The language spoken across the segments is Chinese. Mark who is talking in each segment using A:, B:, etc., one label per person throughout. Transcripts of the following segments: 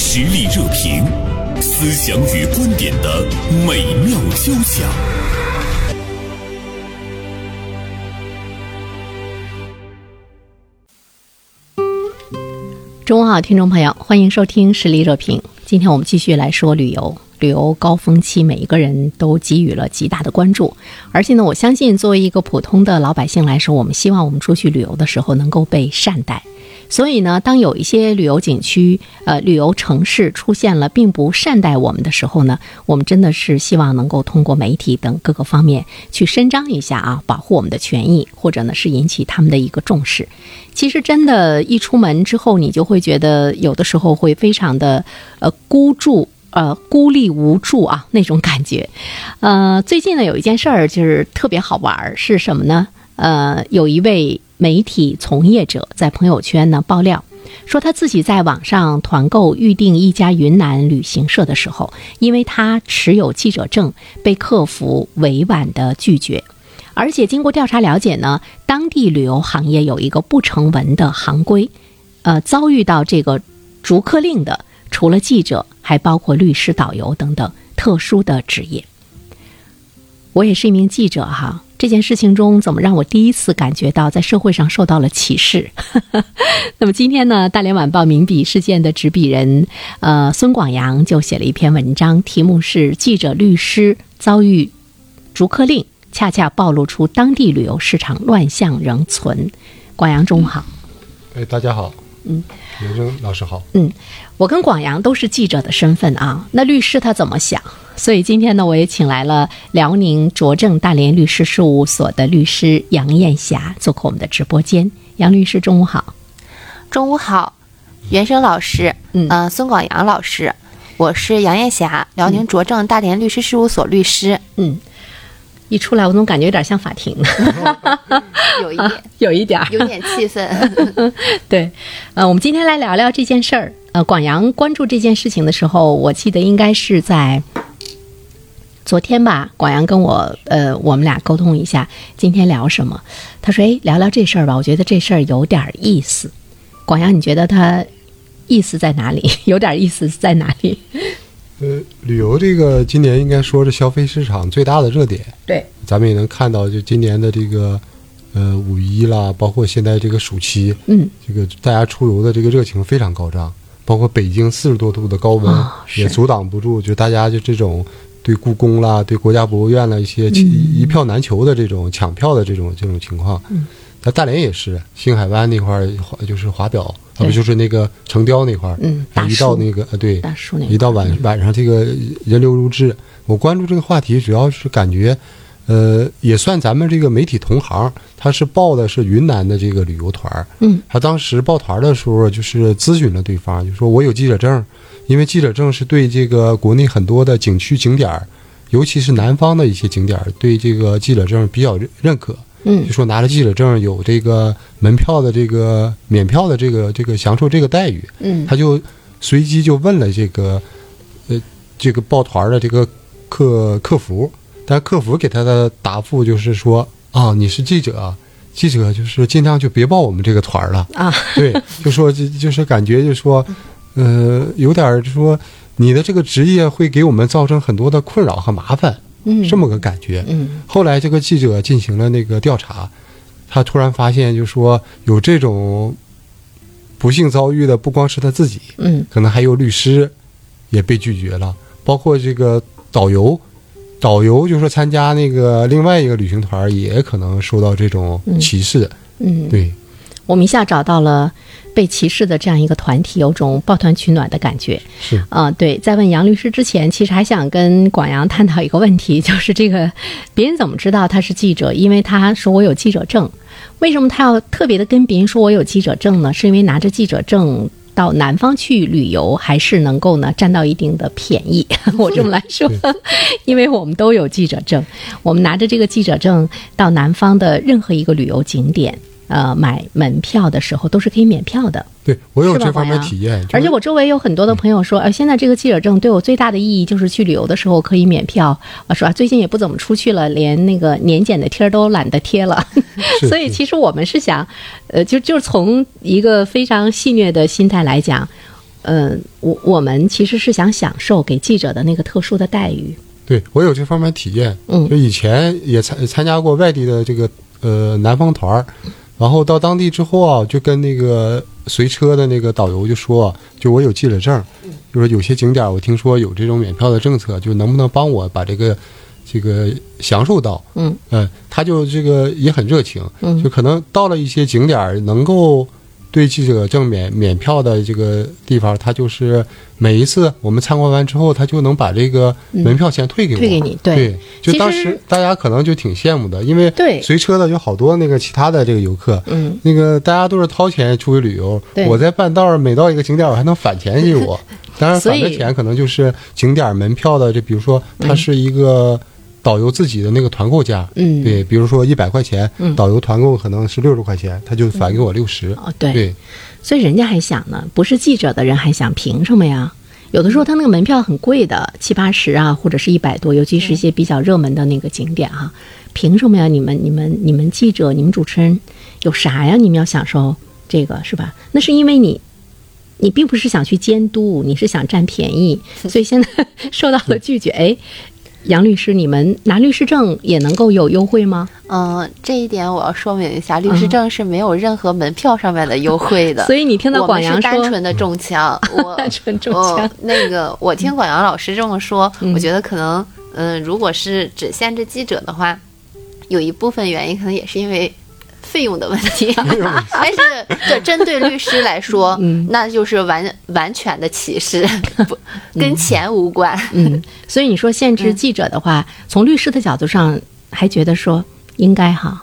A: 实力热评，思想与观点的美妙交响。
B: 中午好，听众朋友，欢迎收听实力热评。今天我们继续来说旅游。旅游高峰期，每一个人都给予了极大的关注，而且呢，我相信作为一个普通的老百姓来说，我们希望我们出去旅游的时候能够被善待。所以呢，当有一些旅游景区、呃旅游城市出现了并不善待我们的时候呢，我们真的是希望能够通过媒体等各个方面去伸张一下啊，保护我们的权益，或者呢是引起他们的一个重视。其实真的，一出门之后，你就会觉得有的时候会非常的呃孤注。呃，孤立无助啊，那种感觉。呃，最近呢有一件事儿就是特别好玩儿，是什么呢？呃，有一位媒体从业者在朋友圈呢爆料，说他自己在网上团购预订一家云南旅行社的时候，因为他持有记者证，被客服委婉的拒绝。而且经过调查了解呢，当地旅游行业有一个不成文的行规，呃，遭遇到这个逐客令的。除了记者，还包括律师、导游等等特殊的职业。我也是一名记者哈、啊，这件事情中怎么让我第一次感觉到在社会上受到了歧视？ 那么今天呢，《大连晚报》名笔事件的执笔人呃孙广阳就写了一篇文章，题目是《记者、律师遭遇逐客令，恰恰暴露出当地旅游市场乱象仍存》。广阳中午好，
C: 哎，大家好。嗯，刘峥老师好。
B: 嗯，我跟广阳都是记者的身份啊，那律师他怎么想？所以今天呢，我也请来了辽宁卓正大连律师事务所的律师杨艳霞做客我们的直播间。杨律师，中午好。
D: 中午好，袁生老师，嗯、呃，孙广阳老师，我是杨艳霞，辽宁卓正大连律师事务所律师。
B: 嗯，一出来我总感觉有点像法庭。
D: 有一点、 啊，
B: 有一点，
D: 有点气愤。
B: 对，呃，我们今天来聊聊这件事儿。呃，广阳关注这件事情的时候，我记得应该是在昨天吧。广阳跟我，呃，我们俩沟通一下，今天聊什么？他说：“哎，聊聊这事儿吧，我觉得这事儿有点意思。”广阳，你觉得它意思在哪里？ 有点意思在哪里？
C: 呃，旅游这个今年应该说是消费市场最大的热点。
B: 对，
C: 咱们也能看到，就今年的这个。呃，五一啦，包括现在这个暑期，
B: 嗯，
C: 这个大家出游的这个热情非常高涨，包括北京四十多度的高温、
B: 哦、
C: 也阻挡不住，就大家就这种对故宫啦、对国家博物院啦一些、嗯、一票难求的这种抢票的这种这种情况。
B: 嗯，
C: 在大连也是，星海湾那块儿就是华表，啊不就是那个城雕那块儿，
B: 嗯，
C: 一到那个呃对，
B: 大树那嗯
C: 一到晚晚上这个人流如织。我关注这个话题，主要是感觉。呃，也算咱们这个媒体同行，他是报的是云南的这个旅游团儿。
B: 嗯，
C: 他当时报团的时候，就是咨询了对方，就说我有记者证，因为记者证是对这个国内很多的景区景点儿，尤其是南方的一些景点儿，对这个记者证比较认可。
B: 嗯，
C: 就说拿着记者证有这个门票的这个免票的这个这个享受这个待遇。
B: 嗯，
C: 他就随机就问了这个，呃，这个报团的这个客客服。但客服给他的答复就是说啊，你是记者，记者就是尽量就别报我们这个团了
B: 啊。
C: 对，就说就就是感觉就说，呃，有点说你的这个职业会给我们造成很多的困扰和麻烦，
B: 嗯，
C: 这么个感觉。
B: 嗯，
C: 后来这个记者进行了那个调查，他突然发现就说有这种不幸遭遇的不光是他自己，
B: 嗯，
C: 可能还有律师也被拒绝了，包括这个导游。导游就说参加那个另外一个旅行团也可能受到这种歧视，
B: 嗯，嗯
C: 对，
B: 我们一下找到了被歧视的这样一个团体，有种抱团取暖的感觉。
C: 是
B: 啊、呃，对，在问杨律师之前，其实还想跟广阳探讨一个问题，就是这个别人怎么知道他是记者？因为他说我有记者证，为什么他要特别的跟别人说我有记者证呢？是因为拿着记者证。到南方去旅游，还是能够呢占到一定的便宜。 我这么来说，因为我们都有记者证，我们拿着这个记者证到南方的任何一个旅游景点，呃，买门票的时候都是可以免票的。
C: 对我有这方面体验，
B: 而且我周围有很多的朋友说，哎、嗯，现在这个记者证对我最大的意义就是去旅游的时候可以免票。我说啊，最近也不怎么出去了，连那个年检的贴都懒得贴了。所以其实我们是想，呃，就就是从一个非常戏谑的心态来讲，呃，我我们其实是想享受给记者的那个特殊的待遇。
C: 对我有这方面体验，
B: 嗯
C: 就以前也参参加过外地的这个呃南方团儿，然后到当地之后啊，就跟那个随车的那个导游就说，就我有记者证，
B: 嗯
C: 就说有些景点儿我听说有这种免票的政策，就能不能帮我把这个这个享受到？
B: 嗯，
C: 呃，他就这个也很热情，
B: 嗯
C: 就可能到了一些景点儿能够。对记者证免免票的这个地方，他就是每一次我们参观完之后，他就能把这个门票钱退给我，
B: 嗯退给你对
C: 对，就
B: 其
C: 当
B: 实
C: 时大家可能就挺羡慕的，因为
B: 对
C: 随车的有好多那个其他的这个游客，
B: 嗯，
C: 那个大家都是掏钱出去旅游
B: 对，
C: 我在半道儿每到一个景点儿我还能返钱 给我，当然
B: 所以
C: 返的钱可能就是景点儿门票的，这比如说它是一个导游自己的那个团购价，
B: 嗯
C: 对，比如说一百块钱
B: 嗯，
C: 导游团购可能是六十块钱，他就返给我六十，
B: 哦，对，
C: 对
B: 所以人家还想呢，不是记者的人还想，凭什么呀？有的时候他那个门票很贵的，七八十啊，或者是一百多，尤其是一些比较热门的那个景点哈、凭什么呀？你们、你们、你们记者、你们主持人有啥呀？你们要享受这个是吧？那是因为你，你并不是想去监督，你是想占便 宜，所以现在受到了拒绝。哎，杨律师，你们拿律师证也能够有优惠吗？
D: 嗯，这一点我要说明一下，律师证是没有任何门票上面的优惠的。
B: 所以你听到
D: 我们
B: 广
D: 是
B: 阳
D: 单
B: 说
D: 纯的中枪，我
B: 单纯中
D: 我
B: 枪
D: 哦那个，我听广阳老师这么说，
B: 嗯
D: 我觉得可能，嗯、如果是只限制记者的话，有一部分原因可能也是因为 费用的问题。但是，对针对律师来说，
B: 嗯
D: 那就是完完全的歧视，不跟钱无关。
B: 嗯， 所以你说限制记者的话，从律师的角度上还觉得说应该哈，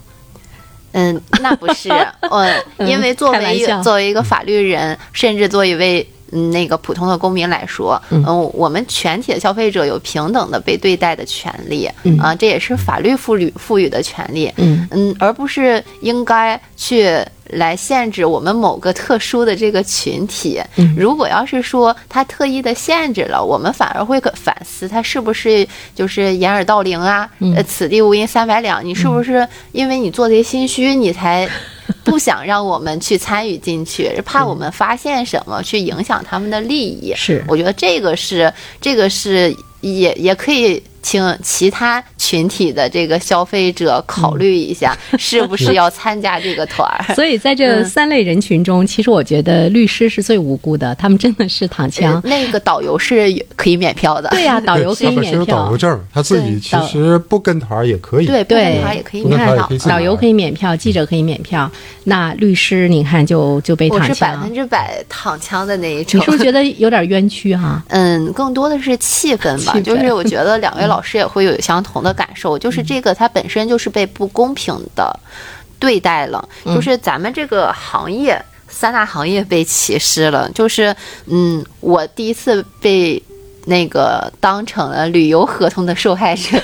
D: 嗯， 那不是，呃，
B: 嗯
D: 因为作
B: 开
D: 为
B: 玩
D: 一
B: 笑
D: 作为一个法律人，甚至作为一位嗯那个普通的公民来说，
B: 嗯
D: 嗯、我们全体的消费者有平等的被对待的权利，
B: 嗯
D: 啊、这也是法律赋予赋予的权利，
B: 嗯
D: 嗯，而不是应该去来限制我们某个特殊的这个群体。
B: 嗯
D: 如果要是说他特意的限制了，我们反而会可反思他是不是就是掩耳盗铃啊？
B: 嗯
D: 呃，此地无银三百两，你是不是因为你做贼心虚，你才不想让我们去参与进去，怕我们发现什么去影响他们的利益？
B: 是
D: 我觉得这个是这个是也也可以请其他群体的这个消费者考虑一下，是不是要参加这个团儿。
B: 嗯 所以在这
D: 嗯。
B: 三类人群中，其实我觉得律师是最无辜的，他们真的是躺枪
D: 那个导游是可以免票的，
B: 对呀、导游可
C: 对
B: 以
C: 他本身
B: 免
C: 有导
B: 票
C: 游，证，他自己
B: 对
C: 其
B: 导
C: 实不跟团儿也可以，
D: 对，不
B: 对
D: 同团也可以
C: 不
B: 你
D: 免
B: 看
C: 同团也
B: 导
C: 可以自己
B: 导游
C: 玩
B: 可以免票，记者可以免票，那律师你看就就被
D: 我
B: 躺
D: 是百分
B: 枪。
D: 之百躺枪的那一
B: 你
D: 种
B: 是。不是觉得有点冤屈哈、
D: 嗯，更多的是气氛吧，
B: 气氛
D: 就是我觉得两位老师也会有相同的感受，就是
B: 嗯
D: 这个它本身就是被不公平的对待了，
B: 嗯
D: 就是咱们这个行业三大行业被歧视了，就是嗯，我第一次被那个当成了旅游合同的受害者，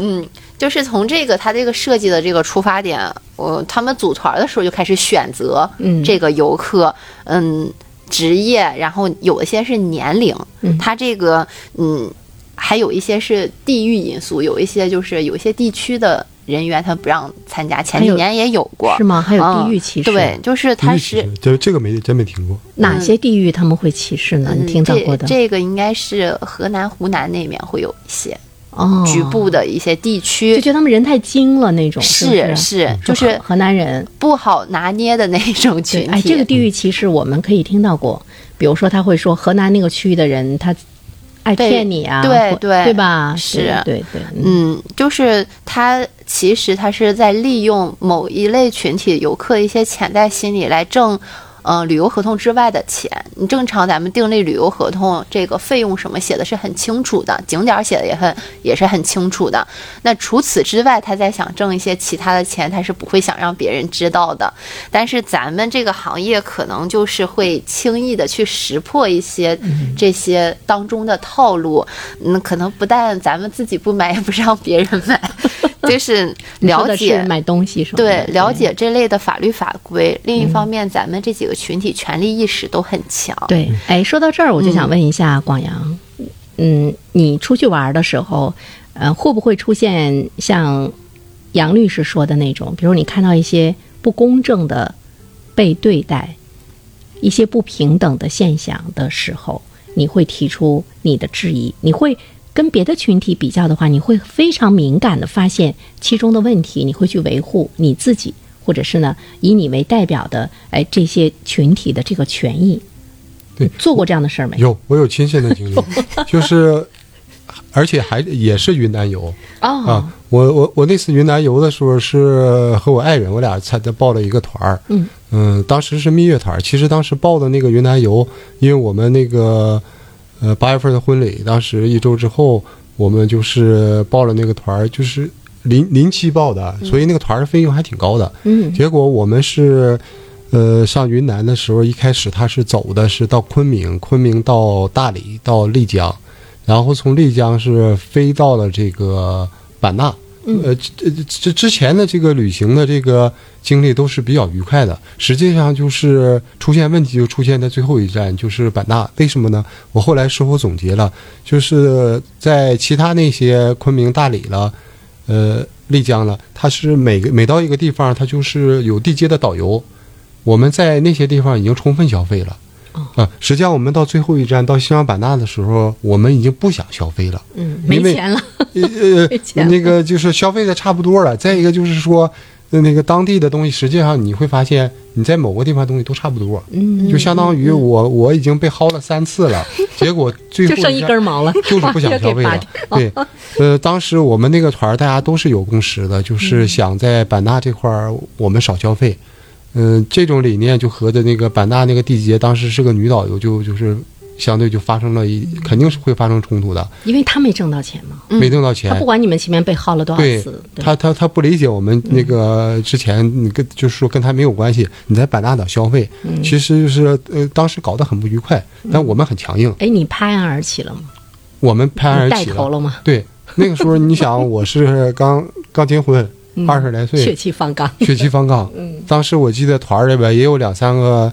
D: 嗯，就是从这个他这个设计的这个出发点，我、他们组团的时候就开始选择
B: 嗯
D: 这个游客，嗯，职业，然后有一些是年龄，
B: 嗯
D: 他这个嗯，还有一些是地域因素，有一些就是有一些地区的人员他不让参加，
B: 还
D: 前几
B: 有
D: 年也有过，
B: 是吗？还有
D: 嗯
B: 地域歧视，
D: 对，，就是
C: 地
D: 他
C: 域歧
D: 是
C: 视。就这个没真没听过，
B: 哪些地域他们会歧视呢？你
D: 嗯，
B: 听到过
D: 这
B: 的？
D: 这个应该是河南、湖南那面会有一些
B: 哦，
D: 局部的一些地
B: 就
D: 区，
B: 觉得他们人太精了那种，是不
D: 是是，就是
B: 河南人，
D: 不好拿捏的那种
B: 对，
D: 群体。
B: 哎，这个地域歧视我们可以听到过，比如说他会说河南那个区域的人他爱
D: 被
B: 骗你啊，
D: 对
B: 或
D: 对
B: 对吧？
D: 是
B: 对对，对嗯
D: 嗯，就是他其实他是在利用某一类群体游客一些潜在心理来挣。呃，旅游合同之外的钱，你正常咱们订立旅游合同，这个费用什么写的是很清楚的，景点儿写的也很也是很清楚的。那除此之外，他再想挣一些其他的钱，他是不会想让别人知道的。但是咱们这个行业可能就是会轻易的去识破一些
B: 嗯
D: 这些当中的套路，嗯，可能不但咱们自己不买，也不让别人 买，就是
B: 你说
D: 了
B: 的
D: 解
B: 是买嗯东西什么
D: 对
B: 的，
D: 了解这类的法律法规。另一方面，咱们这几个群体权利意识都很强。
B: 对。对，哎，说到这儿，我就
D: 嗯
B: 想问一下广阳，嗯，你出去玩的时候，呃，会不会出现像杨律师说的那种，比如你看到一些不公正的被对待？一些不平等的现象的时候，你会提出你的质疑，你会跟别的群体比较的话，你会非常敏感的发现其中的问题，你会去维护你自己，或者是呢以你为代表的哎这些群体的这个权益。
C: 对，
B: 做过这样的事儿没？
C: 有，我有亲身 的经历，就是，而且还也是云南游
B: 哦
C: 啊。我我我那次云南游的时候是和我爱人，我俩参加报了一个团儿，
B: 嗯
C: 嗯，当时是蜜月团儿。其实当时报的那个云南游，因为我们那个呃八月份的婚礼，当时一周之后，我们就是报了那个团儿，就是临临期报的，所以那个团儿的费用还挺高的。
B: 嗯
C: 结果我们是，呃，上云南的时候，一开始他是走的是到昆明，昆明到大理，到丽江，然后从丽江是飞到了这个版纳。呃，这这这之前的这个旅行的这个经历都是比较愉快的。实际上就是出现问题就出现在最后一站，就是版纳。为什么呢？我后来事后总结了，就是在其他那些昆明、大理了，呃，丽江了，它是每个每到一个地方，它就是有地接的导游。我们在那些地方已经充分消费了，啊、实际上我们到最后一站到西双版纳的时候，我们已经不想 消费了。
B: 嗯，没
C: 因为
B: 钱了，
C: 呃
B: 没钱
C: 呃，
B: 了
C: 那个就是消费的差不多了。再一个就是说，呃那个当地的东西，实际上你会发现你在某个地方东西都差不多，
B: 嗯，
C: 就相当于我我已经被薅了三次了，结果最后
B: 就剩一
C: 下
B: 根毛了，
C: 就是 不想
B: 要给
C: 消费
B: 拔
C: 了
B: 掉。
C: 对，呃，当时我们那个团儿大家都是有共识的，
B: 嗯
C: 就是想在版纳这块儿我们少消费。嗯、这种理念就和的那个版纳那个地接，当时是个女导游，就就是相对就发生了一，肯定是会发生冲突的，
B: 因为他没挣到钱嘛，
C: 没挣到钱。
B: 嗯他不管你们前面被薅了多少
C: 对
B: 次，对
C: 他，他他不理解我们
B: 嗯
C: 那个之前你跟就是说跟他没有关系，你在版纳岛消费，
B: 嗯
C: 其实就是呃当时搞得很不愉快，但我们很强硬，
B: 哎，你拍案而起了吗？
C: 我们拍案而
B: 你带
C: 起
B: 头了吗？
C: 对，那个时候你 想，我是刚刚结婚，二十来
B: 血
C: 岁，
B: 气方刚，
C: 嗯血气方刚。当时我记得团儿里边也有两三个，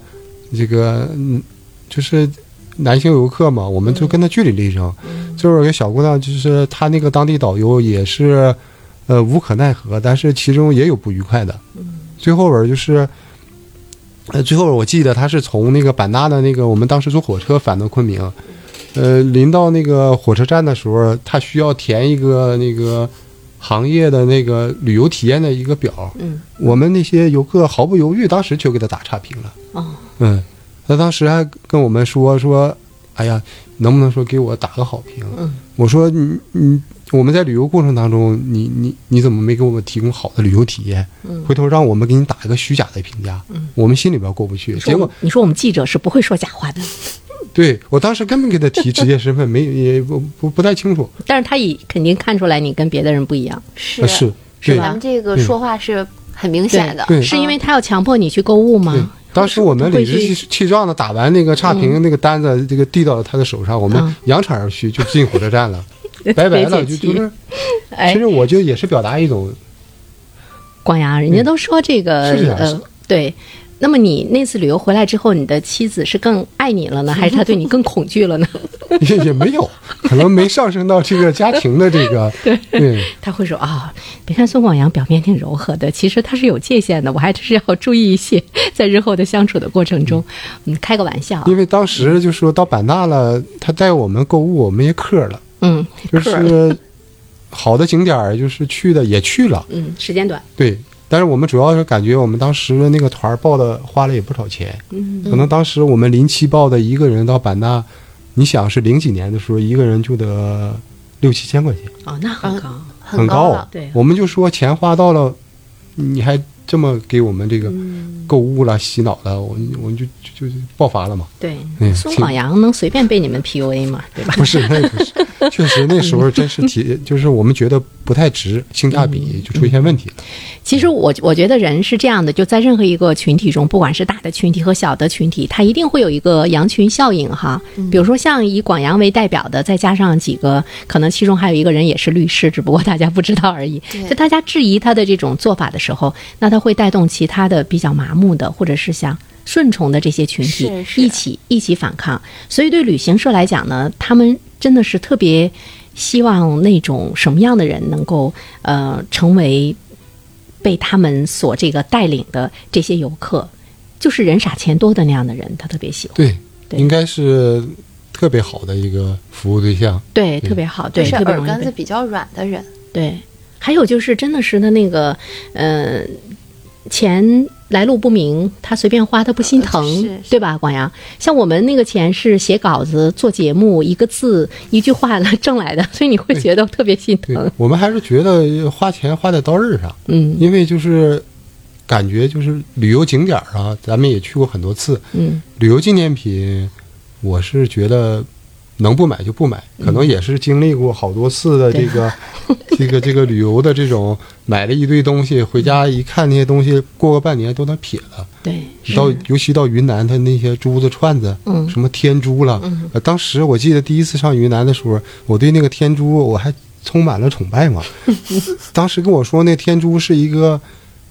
C: 这个嗯，就是男性游客嘛，我们就跟他据理力争。最后有个小姑娘，就是她那个当地导游也是，呃，无可奈何，但是其中也有不愉快的。最后边儿就是。呃，最后我记得他是从那个版纳的那个，我们当时坐火车返到昆明，呃，临到那个火车站的时候，他需要填一个那个行业的那个旅游体验的一个表。
B: 嗯，
C: 我们那些游客毫不犹豫，当时就给他打差评了。
B: 哦，
C: 嗯，他当时还跟我们说说，哎呀，能不能说给我打个好评？
B: 嗯，
C: 我说你你我们在旅游过程当中，你你你怎么没给我们提供好的旅游体验？
B: 嗯
C: 回头让我们给你打一个虚假的评价，嗯，我们心里边过不去。结果
B: 你说我们记者是不会说假话的，
C: 对我当时根本给他提职业身份没也不不不太清楚，呃
B: 但是他也肯定看出来你跟别的人不一样，
D: 是
C: 是
B: 啊是嗯
C: 对
D: 咱
B: 吧
D: 们这个
C: 对
D: 说话是很明显的，
C: 对
B: 是因为他要强迫你去购物
C: 对
B: 吗？，
C: 当时我们理直气气壮的打完那个差评那个单子，这个递到了他的手上，我们
B: 嗯
C: 扬长而去，就进火车站 了，拜拜了，就
B: 别解气
C: 就是。
B: 哎
C: 其，实我就也是表达一种，
B: 广阳，人家都说这个
C: 嗯是这样是
B: 呃，对。那么你那次旅游回来之后，你的妻子是更爱你 了呢，还是她对你更恐惧了呢？
C: 也也没有，可能没上升到这个家庭的这个，对，
B: 他会说啊、别看孙广阳表面挺柔和的，其实他是有界限的，我还是要注意一些， 在日后的相处的过程中，嗯，开个玩笑，
C: 因为当时就说到版纳了，他带我们购物，我们也嗑了，
B: 嗯，
C: 就
B: 客儿
C: 是好的景点儿，就是去的也去了，
B: 嗯，时间短，
C: 对。但是我们主要是感觉我们当时的那个团儿报的花了也不少钱，
B: 嗯，
C: 可能当时我们临期报的一个人到版纳，你想是零几年的时候，一个人就得六七千块钱，
B: 哦，那很高，
C: 很
D: 高
C: 高
D: 了
C: 啊。。
B: 对
C: 我们就说钱花到了，你还这么给我们这个
B: 嗯
C: 购物了、洗脑了，我们我们就就就爆发了嘛？
B: 对，
C: 嗯
B: 孙
C: 挺
B: 广阳能随便被你们 PUA 吗？对吧？
C: 不是， 那不是，确实那时候真是 提，就是我们觉得不太值，性价
B: 嗯
C: 比就出现问题了。
B: 其实我我觉得人是这样的，就在任何一个群体中，不管是大的群体和小的群体，它一定会有一个羊群效应哈。比如说像以广阳为代表的，再加上几个，可能其中还有一个人也是律师，只不过大家不知道而已
D: 对。
B: 就大家质疑他的这种做法的时候，那他会带动其他的比较麻木的，或者是想。顺从的这些群体
D: 是是
B: 一起一起反抗，所以对旅行社来讲呢，他们真的是特别希望那种什么样的人能够呃成为被他们所这个带领的这些游客，就是人傻钱多的那样的人，他特别喜欢。
C: 对，
B: 对
C: 应该是特别好的一个服务对象。
B: 对，
C: 嗯
B: 特别好，
D: 就
B: 对，
D: 是
B: 特别
D: 耳
B: 容易
D: 根
B: 被
D: 子比较软的人，
B: 对，还有就是真的是他那个，呃，钱来路不明，他随便花他不
C: 呃
B: 心疼，
D: 是是
B: 对吧？广阳，像我们那个钱是写稿子、做节目，一个字一句话了挣来的，所以你会觉得特别心
C: 对
B: 疼。，
C: 我们还是觉得花钱花在刀刃上，
B: 嗯
C: 因为就是感觉就是旅游景点儿啊，咱们也去过很多次，
B: 嗯，
C: 旅游纪念品，我是觉得能不买就不买，可能也是经历过好多次的这个、 这个这个旅游的这种买了一堆东西，回家一看那些东西，过个半年都能撇了。
B: 对，
C: 到尤其到云南，它那些珠子串子，
B: 嗯
C: 什么天珠了、呃当时我记得第一次上云南的时候，我对那个天珠我还充满了崇 拜嘛。当时跟我说那天珠是一个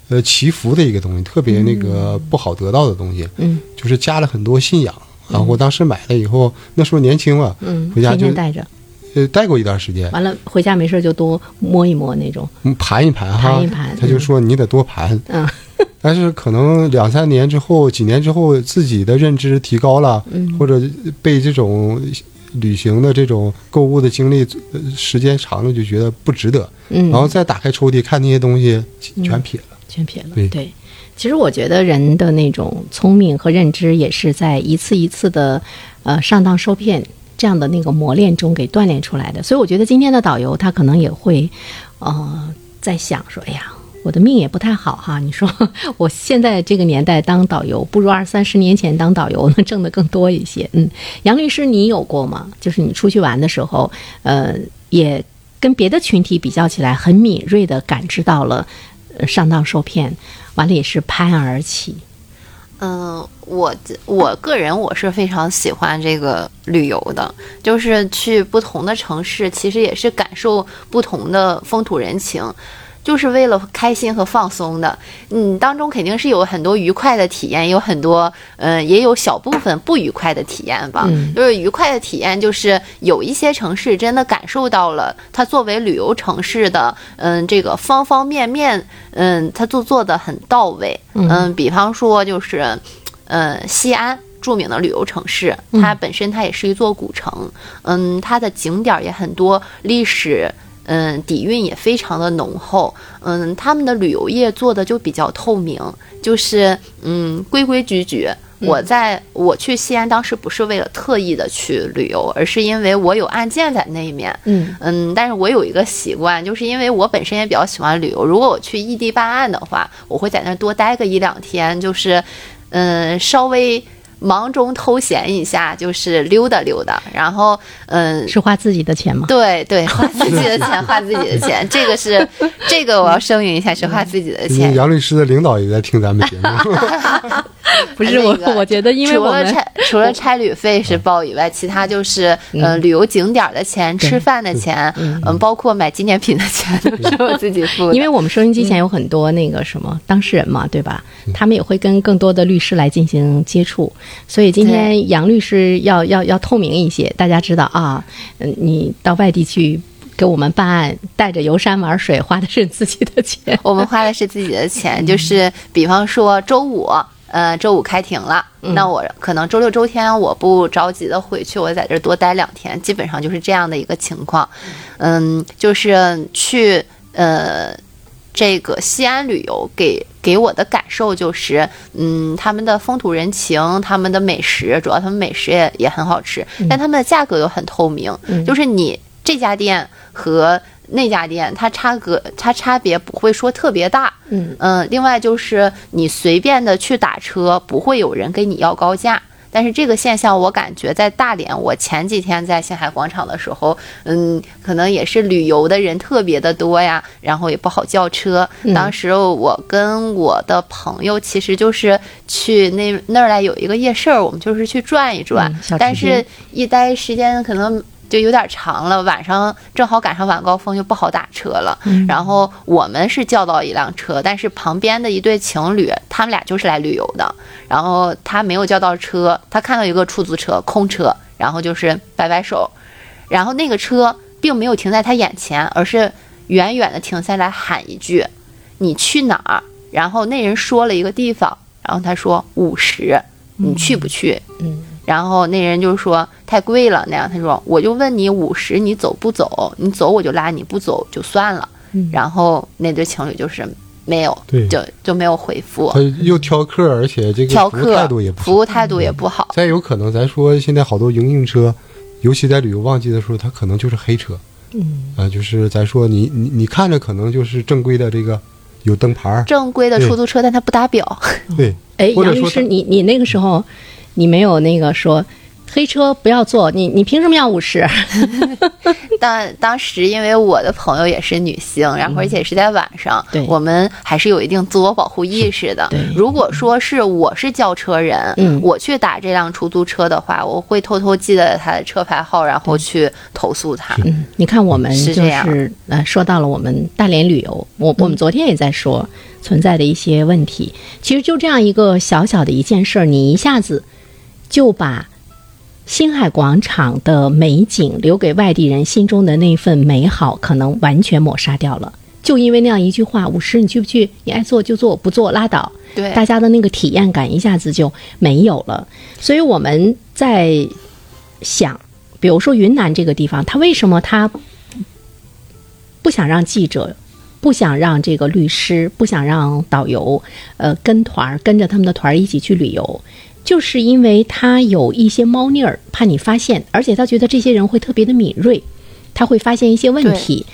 C: 呃祈福的一个东西，特别那个不好得到的东西，
B: 嗯
C: 就是加了很多信仰。然后我当时买了以后，那时候年轻嘛，
B: 嗯，
C: 回家
B: 天
C: 就
B: 天带着，
C: 呃戴过一段时间，
B: 完了回家没事就多摸一摸那种，
C: 嗯盘一盘哈，
B: 盘一盘
C: 他就说你得多盘，
B: 嗯
C: 但是可能两三年之后、几年之后，自己的认知提高了，
D: 嗯
C: 或者被这种旅行的这种购物的经历，呃时间长了就觉得不值得，
B: 嗯，
C: 然后再打开抽屉看那些东西，全撇了。
B: 全撇了。
C: 对
B: 其实我觉得人的那种聪明和认知，也是在一次一次的呃上当受骗这样的那个磨练中给锻炼出来的。所以我觉得今天的导游他可能也会，呃，在想说，哎呀。我的命也不太好哈，你说 我现在这个年代当导游，不如二三十年前当导游能挣得更多一些。嗯，杨律师，你有过吗？就是你出去玩的时候，呃，也跟别的群体比较起来，很敏锐地感知到了、呃、上当受骗，完了也是拍案而起。
D: 嗯，我我个人我是非常喜欢这个旅游的，就是去不同的城市，其实也是感受不同的风土人情，就是为了开心和放松的。嗯，当中肯定是有很多愉快的体验，有很多嗯，也有小部分不愉快的体验吧。
B: 嗯
D: 就是愉快的体验，就是有一些城市真的感受到了它作为旅游城市的嗯这个方方面面，嗯，它都做的很到位。嗯，比方说就是，呃，西安著名的旅游城市，它本身它也是一座古城，嗯，它的景点儿也很多，历史。嗯，底蕴也非常的浓厚。嗯，他们的旅游业做的就比较透明，就是嗯规规矩矩。我在我去西安当时不是为了特意的去旅游，而是因为我有案件在那一面，
B: 嗯
D: 嗯，但是我有一个习惯，就是因为我本身也比较喜欢旅游。如果我去异地办案的话，我会在那儿多待个一两天，就是，嗯，稍微忙中偷闲一下，就是溜达溜达。然后，嗯，
B: 是花自己的钱吗？
D: 对对，花自己的钱，花自己的钱，这个是这个我要声明一下，是花自己
C: 因
D: 的
C: 为
D: 钱。
C: 杨律师的领导也在听咱们节 目，
B: 不是我
D: 那，个
B: 我觉得因为
D: 除
B: 我
D: 了
B: 们
D: 差除了差旅费是报以外，其他就是呃旅游景点儿的钱、吃饭的钱，嗯，包括买纪念品的钱都是我自己付的。
B: 因为我们收音机前有很多那个什么当事人嘛，对吧？
C: 嗯
B: 他们也会跟更多的律师来进行接触，所以今天杨律师要要要透明一些，大家知道啊，嗯，你到外地去给我们办案，带着游山玩水，花的是自己的 钱。
D: 我们花的是自己的钱，就是比方说周五。呃，周五开庭了，那我可能周六周天我不着急的回去，我在这儿多待两天，基本上就是这样的一个情况。嗯，就是去呃这个西安旅游给给我的感受就是，嗯，他们的风土人情，他们的美食，主要他们美食也也很好吃，但他们的价格又很透明，就是你这家店和那家店，它差格它差别不会说特别大，
B: 嗯
D: 呃另外就是你随便的去打车，不会有人跟你要高价。但是这个现象，我感觉在大连，我前几天在星海广场的时候，嗯，可能也是旅游的人特别的多呀，然后也不好叫车。
B: 嗯
D: 当时我跟我的朋友，其实就是去那那儿来有一个夜市儿，我们就是去转一转，
B: 嗯小吃
D: 但是
B: 街
D: 一待时间可能。就有点长了，晚上正好赶上晚高峰，就不好打车了。然后我们是叫到一辆车，但是旁边的一对情侣，他们俩就是来旅游的。然后他没有叫到车，他看到一个出租车空车，然后就是摆摆手，然后那个车并没有停在他眼前，而是远远的停下来喊一句：“你去哪儿？”然后那人说了一个地方，然然后他说五十，你去不去？
B: 嗯，
D: 然后那人就说太贵了那样，他说我就问你五十你走不走？你走我就拉你，不走就算了。
B: 嗯
D: 然后那对情侣就是没有，
C: 对
D: 就就没有回复
C: 他，又挑客，而且这
D: 挑
C: 个服务
D: 客
C: 态度也不
D: 服
C: 好。嗯
D: 务态度也不好，
C: 再有可能，咱说现在好多营运车，尤其在旅游旺季的时候，它可能就是黑车。
B: 嗯，
C: 啊、就是咱说你你你看着可能就是正规的这个有灯牌儿，
D: 正规的出租车，但他不打表，
C: 对，
B: 哎，
C: 或者
B: 杨律
C: 说
B: 师，
C: 他
B: 你你那个时候，你没有那个说黑车不要坐，你你凭什么要五十？
D: 但当时因为我的朋友也是女性，然后而且是在晚上，
B: 嗯对
D: 我们还是有一定自我保护意识的
B: 对。
D: 如果说是我是轿车人，
B: 嗯
D: 我去打这辆出租车的话，我会偷偷记得他的车牌号，然后去投诉他。
B: 嗯，你看我们
D: 是
B: 就
D: 这样嗯
B: 是呃，说到了我们大连旅游，我我们昨天也在说存在的一些问题。其实就这样一个小小的一件事儿，你一下子就把星海广场的美景留给外地人心中的那份美好，可能完全抹杀掉了。就因为那样一句话，五十你去不去？你爱做就做，不做拉倒。
D: 对，
B: 大家的那个体验感一下子就没有了。所以我们在想，比如说云南这个地方，它为什么它不想让记者？不想让这个律师，不想让导游，呃，跟团儿跟着他们的团儿一起去旅游，就是因为他有一些猫腻儿，怕你发现，而且他觉得这些人会特别的敏锐，他会发现一些问题。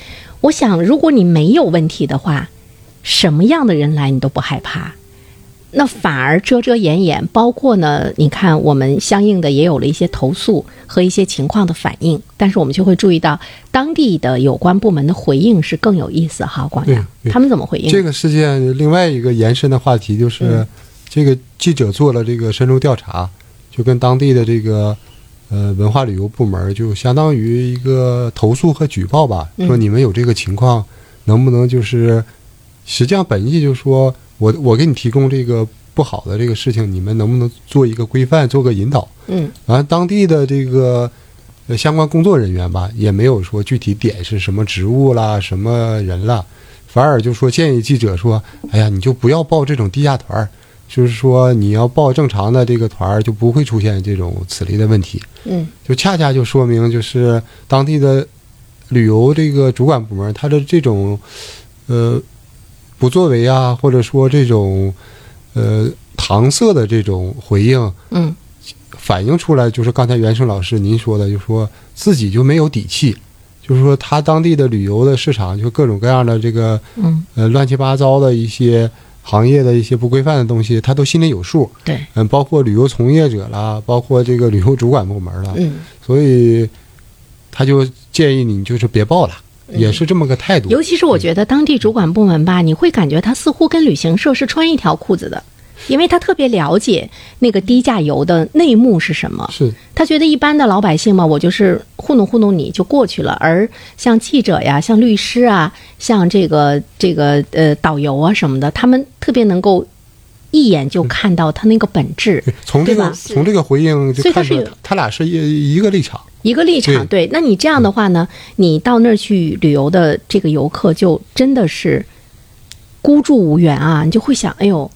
B: 我想，如果你没有问题的话，什么样的人来你都不害怕，那反而遮遮掩掩，包括呢，你看我们相应的也有了一些投诉和一些情况的反应，但是我们就会注意到当地的有关部门的回应是更有意思哈，广阳
C: 对对
B: 他们怎么回应？嗯
C: 这个事件另外一个延伸的话题就是，这个记者做了这个深入调查，就跟当地的这个呃文化旅游部门儿就相当于一个投诉和举报吧，
B: 嗯
C: 说你们有这个情况，能不能就是实际上本意就是说我我给你提供这个不好的这个事情，你们能不能做一个规范，做个引导？
B: 嗯
C: 完，当地的这个呃相关工作人员吧，也没有说具体点是什么职务啦、什么人啦，反而就说建议记者说：“哎呀，你就不要报这种低价团儿，就是说你要报正常的这个团儿，就不会出现这种此类的问题。”
B: 嗯
C: 就恰恰就说明，就是当地的旅游这个主管部门，他的这种呃不作为啊，或者说这种呃搪塞的这种回应，
B: 嗯，
C: 反映出来就是刚才袁胜老师您说的，就说自己就没有底气，就是说他当地的旅游的市场就各种各样的这个
B: 嗯
C: 呃乱七八糟的一些行业的一些不规范的东西，他都心里有数。
B: 对，
C: 嗯，包括旅游从业者啦，包括这个旅游主管部门啦，
B: 嗯，
C: 所以他就建议你就是别报了，
B: 嗯
C: 也是这么个态度。
B: 尤其是我觉得当地主管部门吧，你会感觉他似乎跟旅行社是穿一条裤子的，因为他特别了解那个低价游的内幕是什么。
C: 是
B: 他觉得一般的老百姓嘛，我就是糊弄糊弄你就过去了。而像记者呀、像律师啊、像这个这个呃导游啊什么的，他们特别能够一眼就看到他那个本质，
C: 从这
B: 对
C: 个
B: 吧
C: 从这个回应
B: 所
C: 就
B: 以他
C: 看
B: 是
C: 出来
B: 有
C: 他俩是一一个立场。
B: 一个立场。对，那你这样的话呢，你到那儿去旅游的这个游客就真的是孤注无援啊，你就会想，哎呦，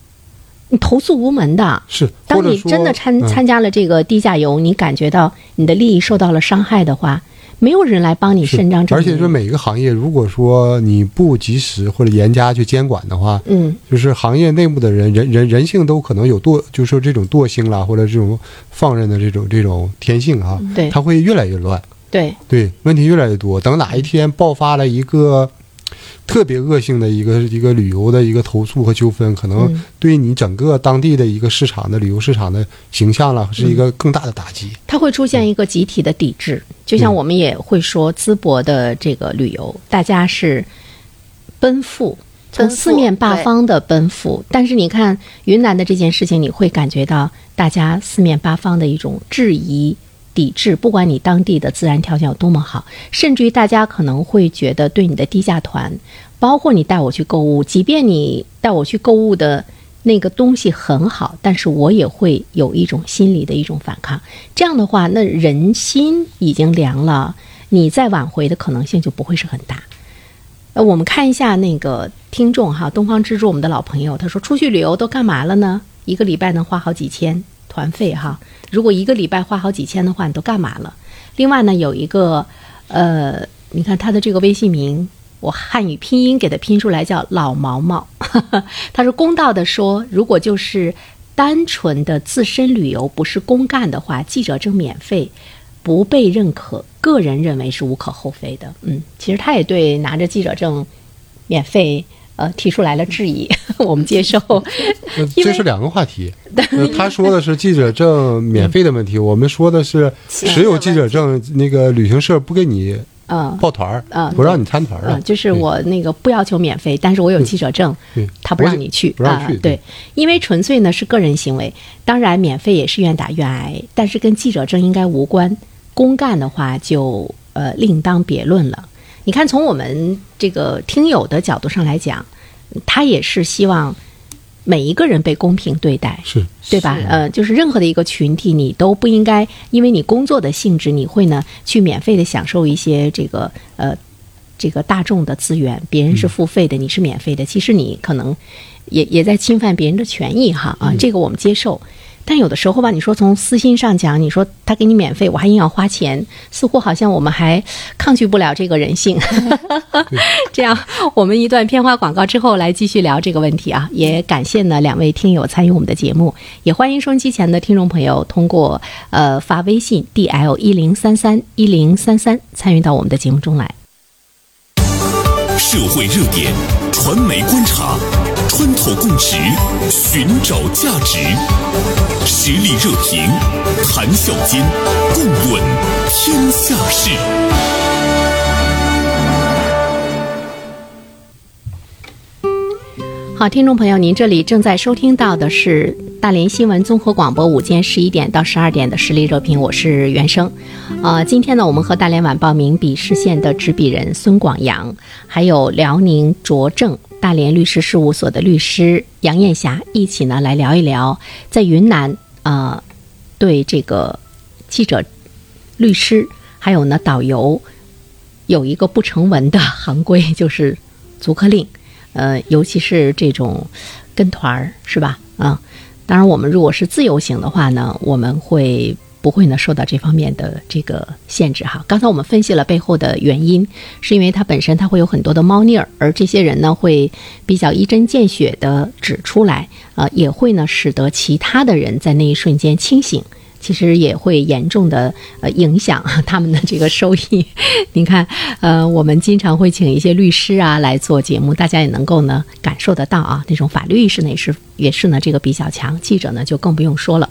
B: 你投诉无门的。
C: 是，或
B: 当
C: 者
B: 你
C: 说
B: 真的参
C: 嗯
B: 参加了这个低价游，你感觉到你的利益受到了伤害的话，没有人来帮你
C: 是
B: 伸张正
C: 而
B: 义。
C: 且说每个行业，如果说你不及时或者严加去监管的话，
B: 嗯，
C: 就是行业内部的人人人人性都可能有惰，就是说这种惰性啦，或者这种放任的这种这种天性啊，
B: 对
C: 它会越来越乱。
B: 对，
C: 对，问题越来越多。等哪一天爆发了一个特别恶性的一个一个旅游的一个投诉和纠纷，可能
B: 嗯
C: 对你整个当地的一个市场的旅游市场的形象了，
B: 嗯
C: 是一个更大的打击。
B: 它会出现一个集体的抵制。就像
C: 嗯
B: 我们也会说淄博的这个旅游，大家是奔赴。从
D: 奔赴
B: 四面八方的奔赴，但是你看云南的这件事情，你会感觉到大家四面八方的一种质疑、抵制，不管你当地的自然条件有多么好，甚至于大家可能会觉得对你的低价团，包括你带我去购物，即便你带我去购物的那个东西很好，但是我也会有一种心理的一种反抗。这样的话，那人心已经凉了，你再挽回的可能性就不会是很大。呃，我们看一下那个听众哈，东方之珠，我们的老朋友，他说出去旅游都干嘛了呢？一个礼拜能花好几千团费哈。如果一个礼拜花好几千的话，你都干嘛了？另外呢，有一个呃，你看他的这个微信名，我汉语拼音给他拼出来叫老毛毛。 他说公道的说，如果就是单纯的自身旅游不是公干的话，记者证免费。不被认可，个人认为是无可厚非的。嗯，其实他也对拿着记者证免费呃提出来了质疑， 我们接受。
C: 呃
B: 因为
C: 这是两个 话题。呃他说的是记者证免费的问题，我们说的是持有记者证，那个旅行社不给你
B: 嗯
C: 报团儿，
B: 嗯
C: 不让你参团儿啊、
B: 嗯，就是我那个不要求免费，但是我有记者证
C: 对，
B: 他不让你去
C: 不让
B: 啊
C: 去。
B: 对，因为纯粹呢是个人行为，当然免费也是愿打愿挨，但是跟记者证应该无关。公干的话就呃另当别论了。你看，从我们这个听友的角度上来讲，他也是希望每一个人被公平对待，
C: 是
B: 对吧？呃，就是任何的一个群体，你都不应该因为你工作的性质，你会呢去免费的享受一些这个呃这个大众的资源，别人是付费的，你是免费的，其实你可能也也在侵犯别人的权益哈啊，这个我们接受。但有的时候吧，你说从私心上讲，你说他给你免费，我还硬要花钱，似乎好像我们还抗拒不了这个人性。 这样，我们一段片花广告之后来继续聊这个问题啊。也感谢呢两位听友参与我们的节目，也欢迎收音机前的听众朋友通过呃发微信 d l 一零三三一零三三参与到我们的节目中来。
A: 社会热点，传媒观察，穿透共识，寻找价值，实力热评，谈笑间，共论天下事。
B: 好，听众朋友，您这里正在收听到的是大连新闻综合广播午间十一点到十二点的实力热评，我是袁生。呃，今天呢，我们和大连晚报名笔视线的执笔人孙广阳，还有辽宁卓正大连律师事务所的律师杨艳霞一起呢来聊一聊在云南呃对这个记者、律师还有呢导游有一个不成文的 行规，就是逐客令。呃，尤其是这种跟团儿，是吧？啊，当然，我们如果是自由行的话呢，我们会不会呢受到这方面的这个限制哈？刚才我们分析了背后的原因，是因为它本身它会有很多的猫腻儿，而这些人呢会比较一针见血的指出来，呃，也会呢使得其他的人在那一瞬间清醒。其实也会严重的呃影响 他们的这个收益。 您看，呃，我们经常会请一些律师啊来做节目，大家也能够呢感受得到啊，那种法律意识呢也是也是呢这个比较强，记者呢就更不用说了。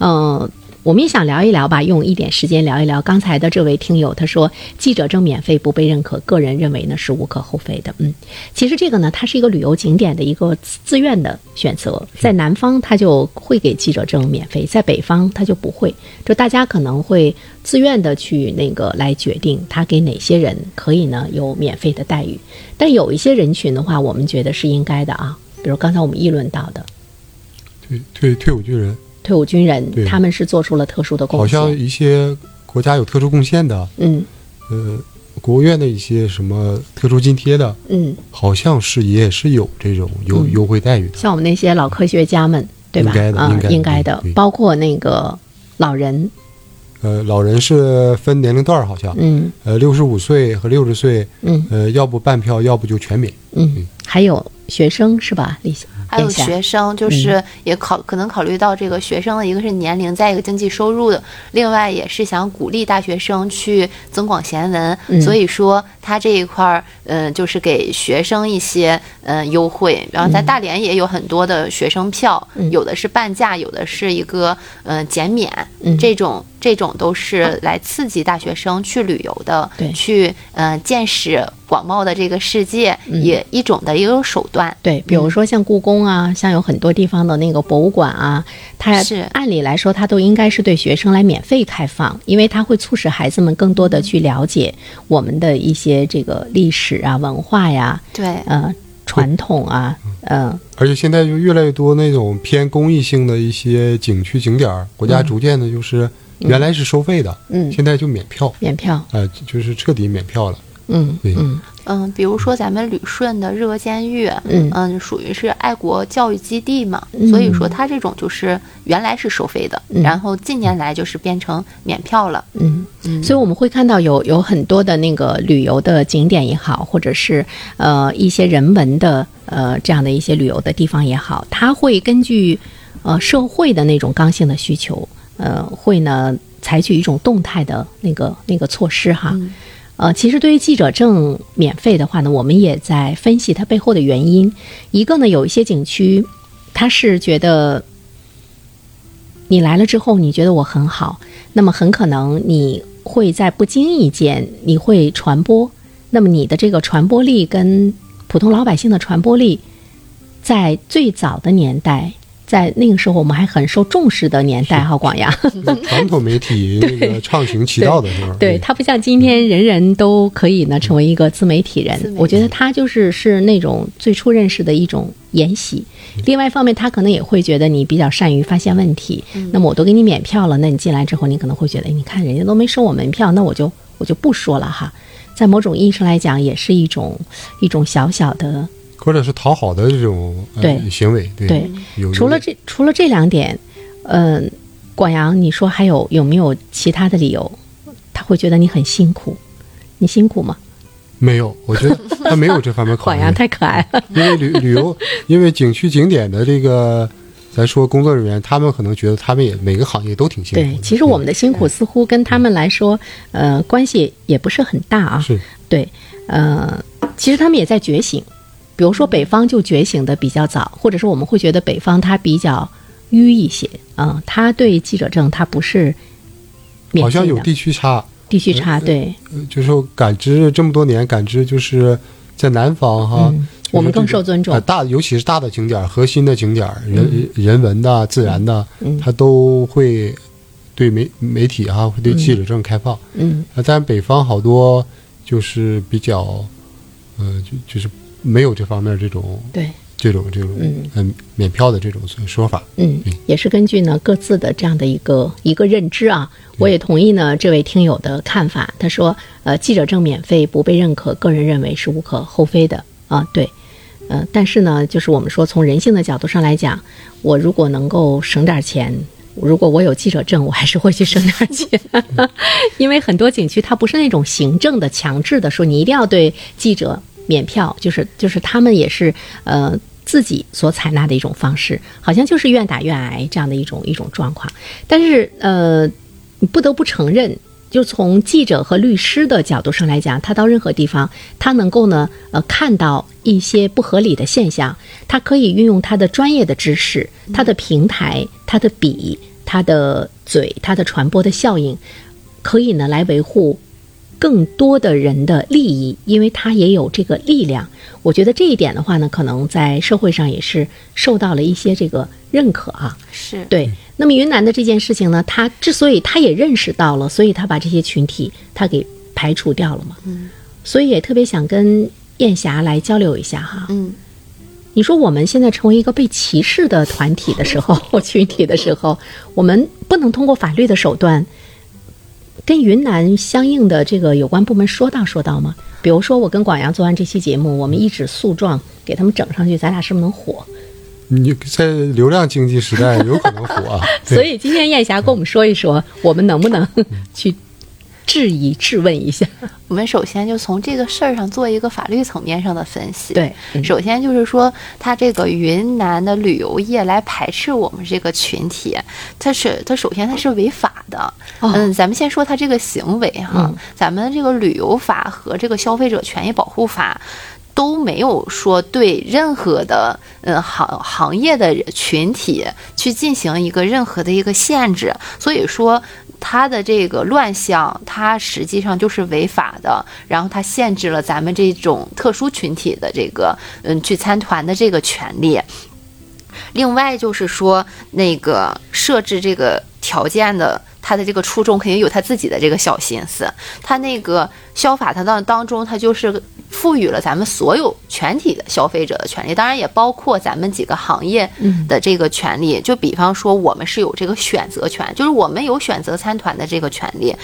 B: 嗯，我们也想聊一聊吧，用一点时间聊一聊刚才的这位听友，他说记者证免费不被认可，个人认为呢是无可厚非的。嗯，其实这个呢，它是一个旅游景点的一个自自愿的选择，在南方它就会给记者证免费，在北方它就不会，就大家可能会自愿的去那个来决定他给哪些人可以呢有免费的待遇，但有一些人群的话，我们觉得是应该的啊，比如刚才我们议论到的
C: 退退退伍军人，
B: 退伍军人，
C: 对
B: 他们是做出了特殊的
C: 好
B: 贡献，
C: 像一些国家有特殊贡献的，
B: 嗯
C: 呃，国务院的一些什么特殊津贴的，
B: 嗯。
C: 好像是也是有这种优
B: 嗯
C: 优惠待遇的。
B: 像我们那些老科学家们，对吧？
C: 应该的
B: 啊
C: 应该，的
B: 应该的
C: 对，对
B: 包括那个老人，
C: 呃，老人是分年龄段儿，好像，
B: 嗯
C: 呃，六十五岁和六十岁，
B: 嗯
C: 呃，要不半票，要不就全免。
B: 嗯，还有学生是吧？李
D: 还有
B: 殿下嗯
D: 学生，就是也考、可能考虑到这个学生的一个是年龄，再一个经济收入的，另外也是想鼓励大学生去增广贤文，
B: 嗯
D: 所以说他这一块儿，嗯、就是给学生一些嗯、呃优惠。然后咱大连也有很多的学生票，
B: 嗯
D: 有的是半价，有的是一个嗯、呃减免，
B: 嗯
D: 这种这种都是来刺激大学生去旅游的，
B: 对
D: 去嗯、呃见识广袤的这个世界，
B: 嗯
D: 也一种的一个手段。
B: 对，比如说像故宫啊，像有很多地方的那个博物馆啊，它
D: 是
B: 按理来说它都应该是对学生来免费开放，因为它会促使孩子们更多的去了解我们的一些这个历史啊、文化呀、
D: 对，
B: 呃传统啊，嗯、
C: 而且现在就越来越多那种偏公益性的一些景区景点儿，国家逐渐的就是原来是收费的，
B: 嗯
C: 啊现在就免票，
B: 免票，
C: 呃，就是彻底免票了。
B: 嗯
C: 对
B: 嗯，
D: 嗯，比如说咱们旅顺的日俄监狱，
B: 嗯
D: 属于是爱国教育基地嘛，所以说它这种就是原来是收费的，
B: 嗯
D: 然后近年来就是变成免票了。
B: 嗯，
D: 嗯
B: 所以我们会看到有有很多的那个旅游的景点也好，或者是呃一些人文的呃这样的一些旅游的地方也好，它会根据呃社会的那种刚性的需求，呃会呢采取一种动态的那个那个措施哈。呃，其实对于记者证免费的话呢，我们也在分析它背后的原因。一个呢，有一些景区，它是觉得你来了之后，你觉得我很好，那么很可能你会在不经意间，你会传播，那么你的这个传播力跟普通老百姓的传播力，在最早的年代，在那个时候我们还很受重视的年代哈，广阳，
C: 在传统 媒体那个畅行其道的时候，
B: 嗯对，它不像今天人人都可以呢成为一个自媒体人
D: 自媒，体
B: 我觉得他就是是那种最初认识的一种沿袭。
D: 嗯
B: 另外一方面，他可能也会觉得你比较善于发现问题，
D: 嗯
B: 那么我都给你免票了，那你进来之后，你可能会觉得，哎，你看人家都没收我门票，那我就我就不说了哈。在某种意义上来讲，也是一种一种小小的
C: 或者是讨好的这种呃
B: 对
C: 行为，对
B: 对
C: 有
B: 除了这除了这两点，嗯、广阳，你说还有有没有其他的理由？他会觉得你很辛苦，你辛苦吗？
C: 没有，我觉得他没有这方面考
B: 广
C: 虑。
B: 阳太可爱了，
C: 因为旅旅游，因为景区景点的这个，咱说工作人员，他们可能觉得他们也每个行业都挺辛苦
B: 对
C: 的。，
B: 其实我们的辛苦似乎跟他们来说，呃，关系也不是很大啊。
C: 是
B: 对，呃，其实他们也在觉醒，比如说北方就觉醒的比较早，或者说我们会觉得北方它比较迂一些，嗯、他对记者证他不是免
C: 好像
B: 费
C: 有
B: 的
C: 地区差，
B: 地区差，对，
C: 呃就是说感知这么多年，感知就是在南方哈，
B: 嗯
C: 就是
B: 我们更
C: 这个
B: 受尊重
C: 呃大尤其是大的景点儿、核心的景点儿，人、人文的、自然的，
B: 嗯
C: 它都会对媒媒体哈、会对记者证开放。
B: 嗯
C: 啊，但北方好多就是比较，呃，就就是没有这方面这种
B: 对，
C: 这种这种
B: 嗯
C: 嗯免票的这种说法。
B: 嗯
C: 对，
B: 也是根据呢各自的这样的一个一个认知啊，我也同意呢这位听友的看法，他说，呃，记者证免费不被认可，个人认为是无可厚非的啊，对，呃，但是呢，就是我们说从人性的角度上来讲，我如果能够省点钱。如果我有记者证，我还是会去省点钱，因为很多景区它不是那种行政的强制的，说你一定要对记者免票，就是就是他们也是呃自己所采纳的一种方式，好像就是愿打愿挨这样的一种一种状况。但是呃，你不得不承认，就从记者和律师的角度上来讲，他到任何地方，他能够呢呃看到一些不合理的现象，他可以运用他的专业的知识、他的平台、他的笔、他的嘴、他的传播的效应，可以呢来维护更多的人的利益，因为他也有这个力量。我觉得这一点的话呢，可能在社会上也是受到了一些这个认可啊。
D: 是
B: 对，那么云南的这件事情呢，他之所以他也认识到了，所以他把这些群体他给排除掉了嘛。嗯，所以也特别想跟燕霞来交流一下哈。
D: 嗯，
B: 你说我们现在成为一个被歧视的团体的时 候，群体的时候，我们不能通过法律的手段跟云南相应的这个有关部门说道说道吗？比如说，我跟广阳做完这期节目，我们一纸诉状给他们整上去，咱俩是不是能火？
C: 你在流量经济时代有可能 火、啊，对
B: 所以今天燕霞跟我们说一说，我们能不能去质疑、质问一下？
D: 我们首先就从这个事儿上做一个法律层面上的分析。
B: 对嗯
D: 首先就是说，他这个云南的旅游业来排斥我们这个群体，它是它首先它是违法的。
B: 哦
D: 嗯，咱们先说他这个行为哈，
B: 嗯
D: 咱们这个旅游法和这个消费者权益保护法。都没有说对任何的呃行行业的人群体去进行一个任何的一个限制，所以说它的这个乱象，它实际上就是违法的，然后它限制了咱们这种特殊群体的这个嗯去参团的这个权利。另外就是说，那个设置这个条件的，他的这个初衷肯定有他自己的这个小心思。他那个消法它当当中，它就是赋予了咱们所有全体的消费者的权利，当然也包括咱们几个行业的这个权利。就比方说，我们是有这个选择权，就是我们有选择参团的这个权利。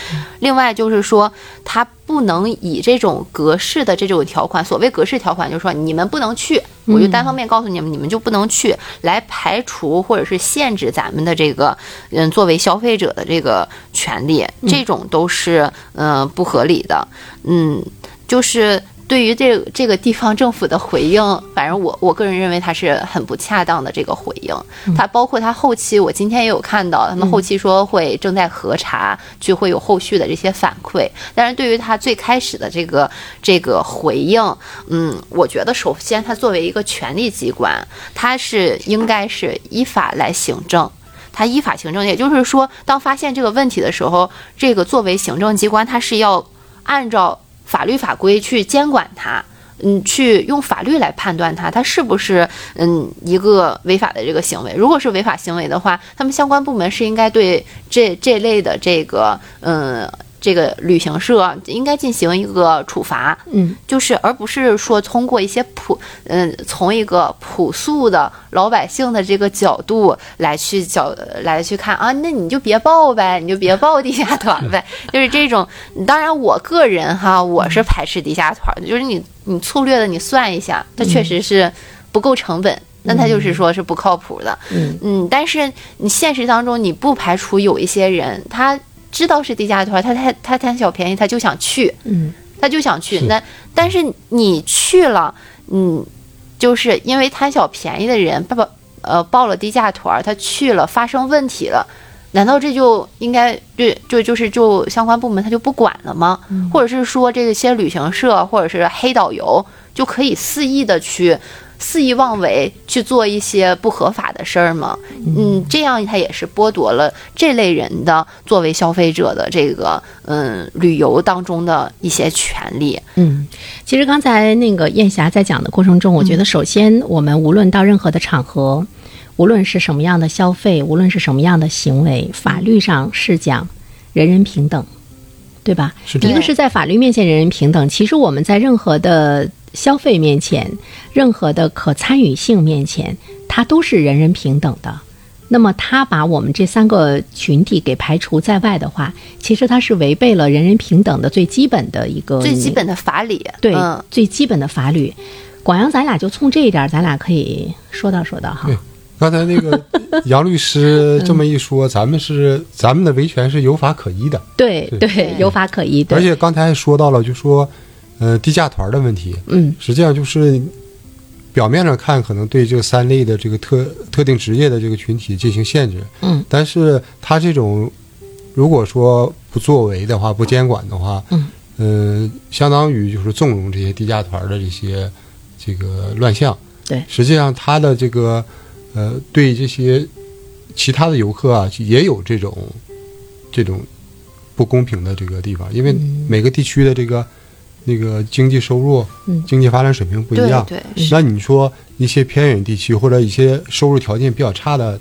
D: 另外就是说，它不能以这种格式的这种条款，所谓格式条款，就是说你们不能去，我就单方面告诉你们，你们就不能去，来排除或者是限制咱们的这个，嗯，作为消费者的这个权利，这种都是嗯、呃不合理的，嗯，就是。对于这这个地方政府的回应，反正我我个人认为它是很不恰当的这个回应。它包括它后期，我今天也有看到，他们后期说会正在核查，就会有后续的这些反馈。但是对于它最开始的这个这个回应，嗯，我觉得首先它作为一个权力机关，它是应该是依法来行政。它依法行政，也就是说，当发现这个问题的时候，这个作为行政机关，它是要按照法律法规去监管它，嗯，去用法律来判断它，它是不是嗯一个违法的这个行为。如果是违法行为的话，他们相关部门是应该对这这类的这个嗯。这个旅行社应该进行一个处罚，
B: 嗯，
D: 就是而不是说通过一些普，嗯，从一个朴素的老百姓的这个角度来去角来去看啊，那你就别报呗，你就别报地下团呗，就是这种。当然，我个人哈，我是排斥地下团的，就是你你粗略的你算一下，它确实是不够成本。那它就是说是不靠谱的，
B: 嗯
D: 但是你现实当中你不排除有一些人，他知道是地下团，他贪他贪小便宜，他就想去，
B: 嗯
D: 他就想去。
C: 是
D: 那但是你去了，嗯，就是因为贪小便宜的人报呃报了低价团儿，他去了发生问题了，难道这就应该对就就是就相关部门他就不管了吗？
B: 嗯
D: 或者是说这些旅行社或者是黑导游就可以肆意的去？肆意妄为去做一些不合法的事儿吗？嗯，这样他也是剥夺了这类人的作为消费者的这个嗯旅游当中的一些权利。
B: 嗯，其实刚才那个燕霞在讲的过程中，我觉得首先我们无论到任何的场合，无论是什么样的消费，无论是什么样的行为，法律上是讲人人平等，对吧？
C: 是这
B: 一
C: 样
B: 个是在法律面前人人平等，其实我们在任何的消费面前，任何的可参与性面前，它都是人人平等的。那么，他把我们这三个群体给排除在外的话，其实他是违背了人人平等的最基本的一个
D: 最基本的法理。
B: 对、
D: 嗯，
B: 最基本的法律。广阳，咱俩就冲这一点儿，咱俩可以说道说道哈
C: 对。刚才那个杨律师这么一说，咱们是咱们的维权是有法可依的，
B: 对
C: 对
B: 对，有法可依。
C: 而
B: 对，
C: 且刚才还说到了，就说呃低价团的问题，
B: 嗯
C: 实际上就是表面上看可能对这三类的这个特特定职业的这个群体进行限制，
B: 嗯，
C: 但是他这种如果说不作为的话，不监管的话，
B: 嗯，
C: 呃，相当于就是纵容这些低价团的这些这个乱象，
B: 对
C: 实际上他的这个呃对这些其他的游客啊也有这种这种不公平的这个地方，因为每个地区的这个。那个经济收入、
B: 嗯
C: 经济发展水平不一
D: 对
C: 样，
D: 对，
C: 那你说一些偏远地区或者一些收入条件比较差的，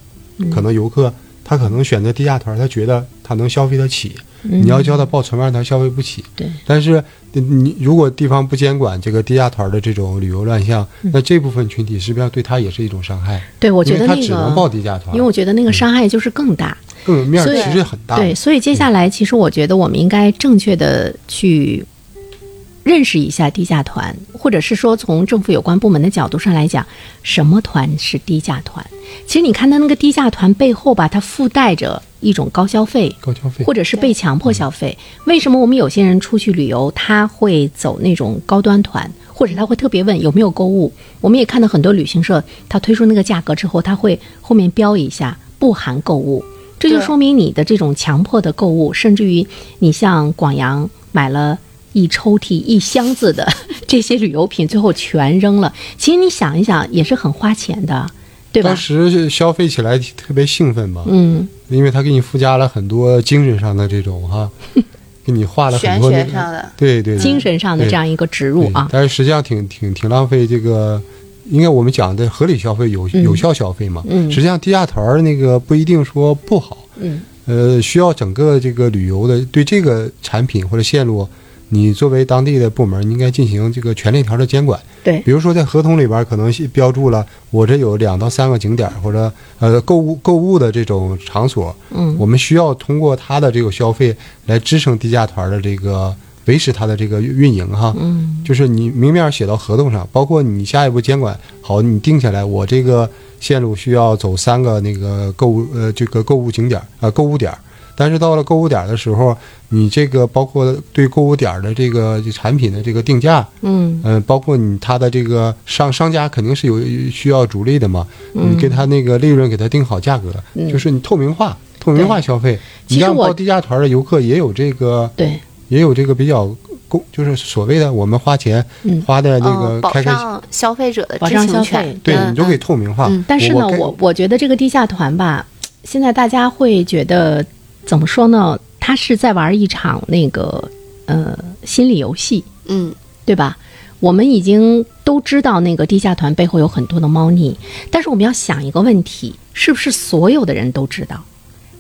C: 可能游
B: 嗯
C: 客他可能选择低价团，他觉得他能消费得起。你要叫他报存万，他消费不起。
B: 嗯对，
C: 但是你你如果地方不监管这个低价团的这种旅游乱象，那这部分群体实际上对他也是一种伤害。
B: 对，嗯我
C: 我
B: 觉得
C: 他
B: 那
C: 只能报嗯
B: 个，
C: 低价团
B: 因为，我觉得那个伤害就是更大。
C: 更有面儿
B: 所以
C: 其实很大。
B: 对，所以接下来其实我觉得我们应该正确的去认识一下低价团，或者是说从政府有关部门的角度上来讲，什么团是低价团？其实你看它那个低价团背后吧，它附带着一种高消费，
C: 高消费
B: 或者是被强迫消费。为什么我们有些人出去旅游，他会走那种高端团，或者他会特别问有没有购物？我们也看到很多旅行社，他推出那个价格之后，他会后面标一下不含购物，这就
D: 对
B: 说明你的这种强迫的购物，甚至于你像广阳买了。一抽屉一箱子的 这些旅游品，最后全扔了。其实你想一想，也是很花钱的，对吧
C: 当？时是消费起来特别兴奋吧，
B: 嗯，
C: 因为他给你附加了很多精神上的这种 哈，给你画了很
D: 玄
C: 多那
D: 学
C: 个
D: 上的
C: 对对对
B: 精神上的
C: 对
B: 这样一个植入
C: 对
B: 啊，
C: 但是实际上挺挺挺浪费这个，应该我们讲的合理消费、有有效消费嘛。
B: 嗯
C: 实际上低价团儿那个不一定说不好，
B: 嗯，
C: 呃，需要整个这个旅游的对这个产品或者线路，你作为当地的部门，你应该进行这个全链条的监管。
B: 对
C: 比如说在合同里边儿可能是标注了，我这有两到三个景点儿或者呃购物购物的这种场所，
B: 嗯，
C: 我们需要通过它的这个消费来支撑低价团儿的这个维持它的这个运营哈。
B: 嗯，
C: 就是你明面儿写到合同上，包括你下一步监管好，你定下来，我这个线路需要走三个那个购物呃这个购物景点儿呃购物点儿，但是到了购物点儿的时候，你这个包括对购物点儿的这个产品的这个定价，
B: 嗯
C: 嗯，包括你它的这个商商家肯定是有需要逐利的嘛，你给他那个利润给他定好价格，
B: 嗯
C: 就是你透明化，透明化消费，
B: 其
C: 你
B: 实
C: 让
B: 我
C: 报低价团的游客也有这个
B: 对，
C: 也有这个比较公，就是所谓的我们花钱、
B: 嗯
C: 花的那
D: 嗯，
C: 个
D: 保
C: 开开心，
D: 障消费者的
B: 保
D: 知
B: 障消
D: 情
B: 费
D: 权，
C: 对
D: 嗯
C: 你就可以透明化。
D: 嗯
B: 但是呢，
C: 我
B: 我我觉得这个低价团吧，现在大家会觉得怎么说呢？他是在玩一场那个呃心理游戏，
D: 嗯，
B: 对吧？我们已经都知道那个低价团背后有很多的猫腻，但是我们要想一个问题：是不是所有的人都知道？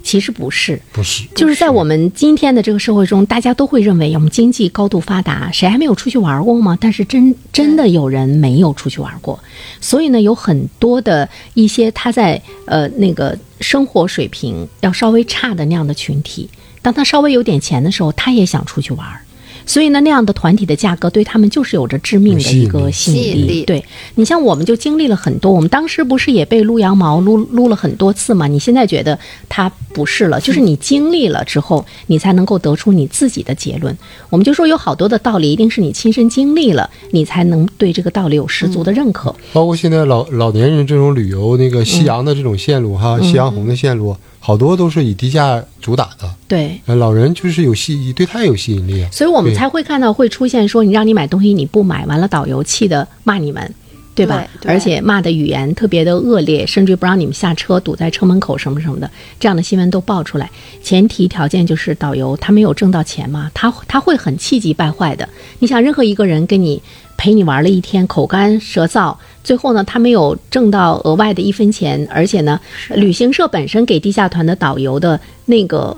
B: 其实不是，
C: 不是，
B: 就是在我们今天的这个社会中，大家都会认为我们经济高度发达，谁还没有出去玩过吗？但是真真的有人没有出去玩过，所以呢，有很多的一些他在呃那个生活水平要稍微差的那样的群体，当他稍微有点钱的时候，他也想出去玩儿。所以呢，那样的团体的价格对他们就是有着致命的一个
C: 有
B: 吸
D: 引力
B: 引
D: 吸
B: 力。
D: 引力
B: 对你像我们就经历了很多，我们当时不是也被撸羊毛撸撸了很多次嘛？你现在觉得它不是了，就是你经历了之后，你才能够得出你自己的结论。我们就说有好多的道理，一定是你亲身经历了，你才能对这个道理有十足的认可。
C: 包括现在老老年人这种旅游那个
B: 嗯
C: 夕阳的这种线路哈，夕阳红的线路，好多都是以低价主打的。
B: 对，
C: 呃老人就是有吸，对他有吸引力啊。
B: 所以我们
C: 对
B: 才会看到会出现说你让你买东西你不买，完了导游气的骂你们，对吧？
D: 对对
B: 而且骂的语言特别的恶劣，甚至不让你们下车，堵在车门口什么什么的，这样的新闻都爆出来。前提条件就是导游他没有挣到钱嘛，他他会很气急败坏的。你想，任何一个人跟你陪你玩了一天，口干舌燥，最后呢，他没有挣到额外的一分钱，而且呢，旅行社本身给地下团的导游的那个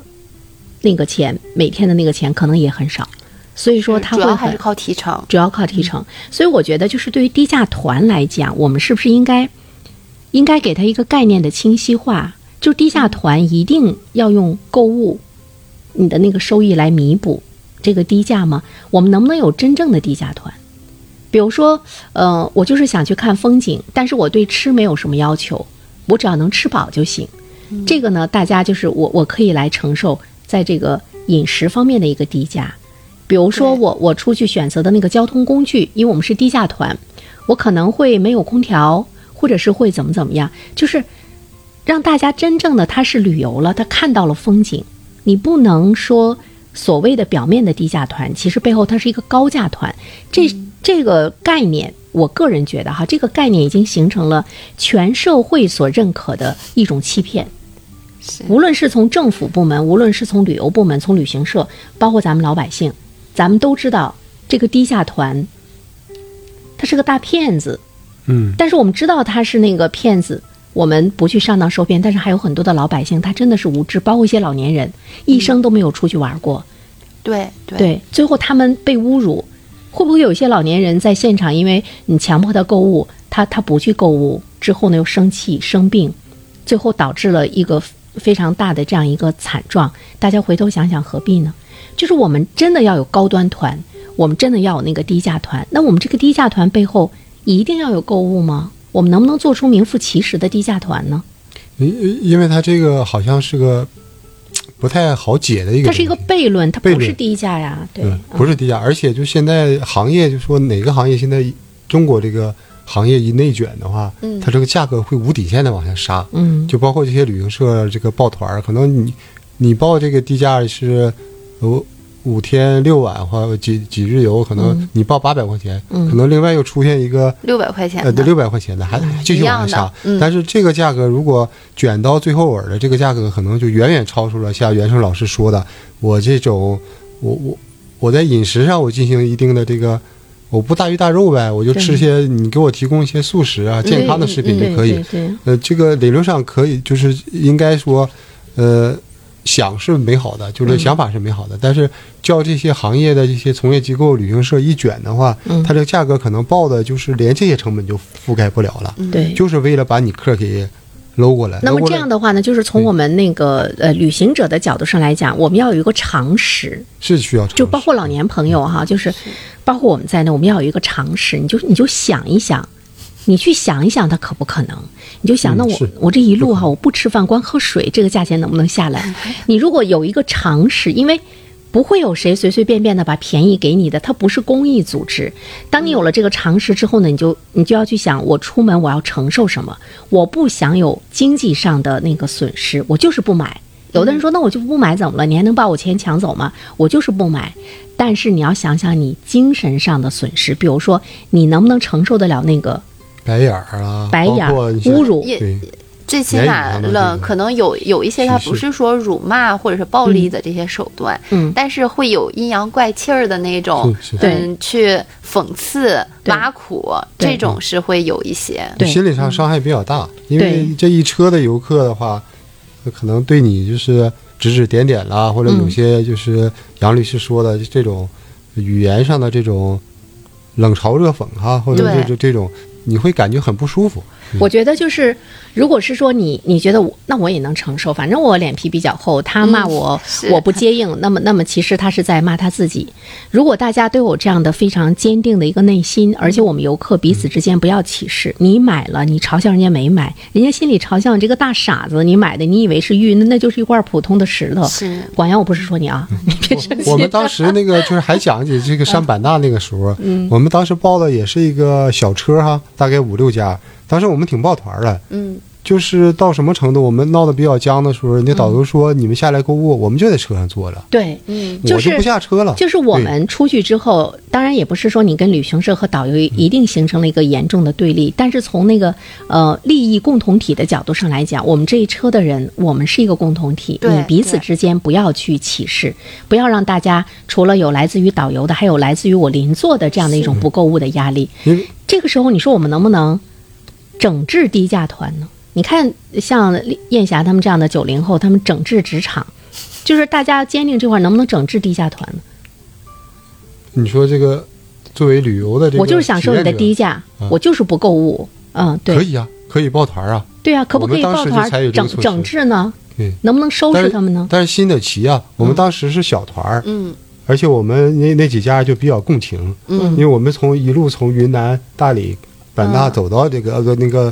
B: 那个钱，每天的那个钱可能也很少，所以说他
D: 嗯主
B: 会
D: 要还
B: 很
D: 是靠提成。
B: 主要靠提成。所以我觉得，就是对于低价团来讲，我们是不是应该应该给他一个概念的清晰化？就低价团一定要用购物你的那个收益来弥补这个低价吗？我们能不能有真正的低价团？比如说，呃，我就是想去看风景，但是我对吃没有什么要求，我只要能吃饱就行。这个呢，大家就是我我可以来承受在这个饮食方面的一个低价。比如说
D: 对
B: 我我出去选择的那个交通工具，因为我们是低价团，我可能会没有空调，或者是会怎么怎么样，就是让大家真正的他是旅游了，他看到了风景。你不能说所谓的表面的低价团，其实背后它是一个高价团。这、这个概念，我个人觉得哈，这个概念已经形成了全社会所认可的一种欺骗。无论是从政府部门，无论是从旅游部门、从旅行社，包括咱们老百姓，咱们都知道这个低价团，他是个大骗子。
C: 嗯，
B: 但是我们知道他是那个骗子，我们不去上当受骗。但是还有很多的老百姓，他真的是无知，包括一些老年人，一生都没有出去玩过。
D: 对对
B: 对，最后他们被侮辱，会不会有一些老年人在现场，因为你强迫他购物，他他不去购物之后呢，又生气生病，最后导致了一个非常大的这样一个惨状。大家回头想想，何必呢？就是我们真的要有高端团，我们真的要有那个低价团。那我们这个低价团背后一定要有购物吗？我们能不能做出名副其实的低价团呢？
C: 因因为它这个好像是个不太好解的一个，
B: 它是一个悖论，它
C: 悖
B: 不
C: 论
B: 是低价呀，对，
C: 对，
B: 嗯
C: 不是低价，而且就现在行业，就说哪个行业现在中国这个行业一内卷的话，
D: 嗯
C: 它这个价格会无底线的往下杀，
B: 嗯，
C: 就包括这些旅行社这个抱团儿，可能你你报这个低价是五五天六晚或几几日游，可能你报八百块钱，
B: 嗯
C: 可能另外又出现一个
D: 六百块钱
C: 呃，
D: 的嗯
C: 对，六百块钱的还还继续往下杀，
D: 一样的嗯
C: 但是这个价格如果卷到最后尾儿的这个价格，可能就远远超出了像袁胜老师说的，我这种我我我在饮食上我进行一定的这个，我不大鱼大肉呗，我就吃
B: 对
C: 些你给我提供一些素食
D: 嗯
C: 啊健康的食品
B: 对
C: 就可以
B: 对。对，
C: 呃，这个理论上可以，就是应该说，呃，想是美好的，
B: 嗯
C: 就是想法是美好的，但是叫这些行业的这些从业机构、旅行社一卷的话，
B: 嗯
C: 它这个价格可能报的就是连这些成本就覆盖不了了，
B: 对。
C: 就是为了把你客给搂过来。
B: 嗯那么
C: 搂过
B: 这
C: 来
B: 样的话呢，就是从我们那个呃旅行者的角度上来讲，我们要有一个常识，
C: 是需要尝试
B: 就包括老年朋友哈，就是包括我们在内，我们要有一个常识，你就你就想一想，你去想一想它可不可能？你就想，
C: 嗯
B: 那我
C: 是
B: 我这一路哈，我不吃饭光喝水，这个价钱能不能下来？ 你如果有一个常识，因为。不会有谁随随便便的把便宜给你的，它不是公益组织。当你有了这个常识之后呢，你就你就要去想，我出门我要承受什么？我不想有经济上的那个损失，我就是不买。有的人说，那我就不买怎么了？你还能把我钱抢走吗？我就是不买。但是你要想想你精神上的损失，比如说你能不能承受得了那个
C: 白眼儿啊，
B: 白眼
C: 包
B: 儿、
C: 括你像
B: 侮辱？
D: 也
C: 对，
D: 最起
C: 言语
D: 码
C: 上的
D: 了，
C: 这个
D: 可能有有一些他
C: 歧
D: 不
C: 视
D: 是说辱骂或者是暴力的这些手段，
B: 嗯
D: 但是会有阴阳怪气儿的那种，
C: 是是
B: 对
D: 嗯，去讽刺、
B: 对
D: 挖苦，
B: 对
D: 这种是会有一些。
B: 对
C: 心理上伤害比较大，因为
B: 对
C: 这一车的游客的话，可能对你就是指指点点啦，或者
B: 嗯
C: 有些就是杨律师说的这种语言上的这种冷嘲热讽哈，或者
D: 对
C: 这这这种，你会感觉很不 舒服。
B: 我觉得就是，如果是说你你觉得我，那我也能承受，反正我脸皮比较厚，他骂我、
D: 嗯是
B: 我不接应，那么那么其实他是在骂他自己。如果大家都有这样的非常坚定的一个内心，
D: 嗯
B: 而且我们游客彼此之间不要歧视，你买了你嘲笑人家没买，人家心里嘲笑你这个大傻子，你买的你以为是玉，那那就是一块普通的石头。
D: 是
B: 广阳，我不是说你啊，
C: 嗯
B: 你别生气。
C: 我们当时那个就是还讲起这个山版纳那个时候，
B: 嗯
C: 我们当时报的也是一个小车哈，大概五六家。当时我们挺抱团的，
D: 嗯，
C: 就是到什么程度，我们闹得比较僵的时候，人家导
B: 嗯
C: 游说、你们下来购物，我们就在车上坐着，
B: 对，
D: 嗯
B: 就
C: 我
B: 是
C: 就不下车了。
B: 就是我们出去之后，当然也不是说你跟旅行社和导游一定形成了一个严重的对立，但是从那个呃利益共同体的角度上来讲，我们这一车的人，我们是一个共同体，
D: 对
B: 你彼此
D: 对
B: 之间不要去歧视，不要让大家除了有来自于导游的，还有来自于我邻座的这样的一种不购物的压力。
C: 因为
B: 这个时候，你说我们能不能整治低价团呢？你看，像燕霞他们这样的九零后，他们整治职场，就是大家坚定这块儿能不能整治低价团呢？
C: 你说这个作为旅游的这个，
B: 我就是享受你的低，价，
C: 嗯
B: 我就是不购物。嗯，
C: 可
B: 对，
C: 以啊，可以抱团啊，
B: 对啊，可不
C: 我们
B: 可以
C: 当
B: 抱
C: 时就
B: 团
C: 采取这
B: 整
C: 个措施
B: 整治呢？
C: 对。
B: 能不能收
C: 但
B: 拾
C: 是
B: 他们呢？嗯
C: 但是新的奇啊，我们当时是小团儿，
D: 嗯
C: 而且我们那那几家就比较共情，因
D: 嗯
C: 为我们从一路从云南大理、版纳
D: 嗯
C: 走到这个呃那个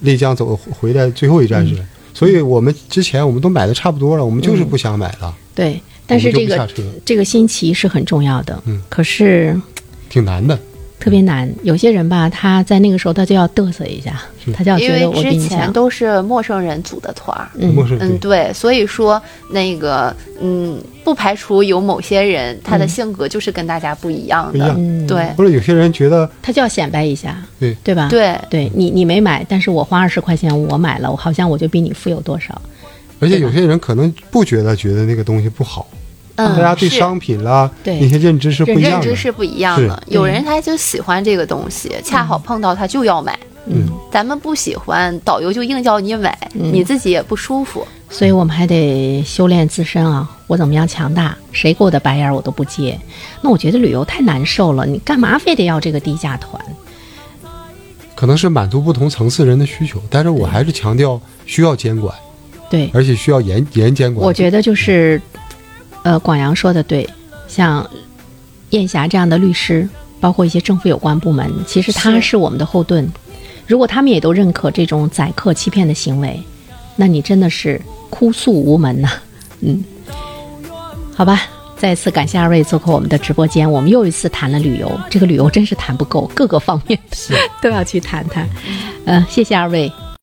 C: 丽江走回来最后一站是，所以我们之前我们都买的差不多了，我们就是不想买了，
B: 对，但是
C: 我们就
B: 这
C: 不下
B: 个
C: 车
B: 这个新奇是很重要的，
C: 嗯
B: 可是
C: 挺难的。
B: 特别难。有些人吧，他在那个时候他就要嘚瑟一下，他就要
D: 因
B: 觉
D: 为
B: 得我跟
D: 之
B: 你
D: 前
B: 讲，
D: 都是陌生人组的团儿。
B: 嗯
C: 陌生人
D: 嗯，对，所以说那个，嗯，不排除有某些人他的
B: 嗯
D: 性格就是跟大家不一样
C: 不一
D: 的，
C: 样
B: 嗯，
D: 对
C: 或者有些人觉得
B: 他就要显摆一下，
C: 对
B: 对吧？
D: 对，
B: 对你你没买，但是我花二十块钱我买了，我好像我就比你富有多少？
C: 而且有些人可能不觉得觉得那个东西不好，
D: 嗯，
C: 大家对
D: 是
C: 商品啦
B: 对
C: 那些认知是不一
D: 认
C: 样
D: 知
C: 的。
D: 是不一样
C: 是
D: 的。有人他就喜欢这个东西，
C: 嗯
D: 恰好碰到他就要买。
B: 嗯，
D: 咱们不喜欢，导游就硬叫你买，
C: 嗯
D: 你自己也不舒服。
B: 所以我们还得修炼自身啊！我怎么样强大？谁给我的白眼儿我都不接。那我觉得旅游太难受了，你干嘛非得要这个低价团？
C: 可能是满足不同层次人的需求，但是我还是强调需要监管，
B: 对，
C: 而且需要严严监管。
B: 我觉得就是，呃，广阳说的对，像燕霞这样的律师，包括一些政府有关部门，其实他
D: 是
B: 是我们的后盾。如果他们也都认可这种宰客欺骗的行为，那你真的是哭诉无门呐、嗯，好吧。再次感谢二位做客我们的直播间，我们又一次谈了旅游，这个旅游真是谈不够，各个方面都要去谈谈。嗯、谢谢二位，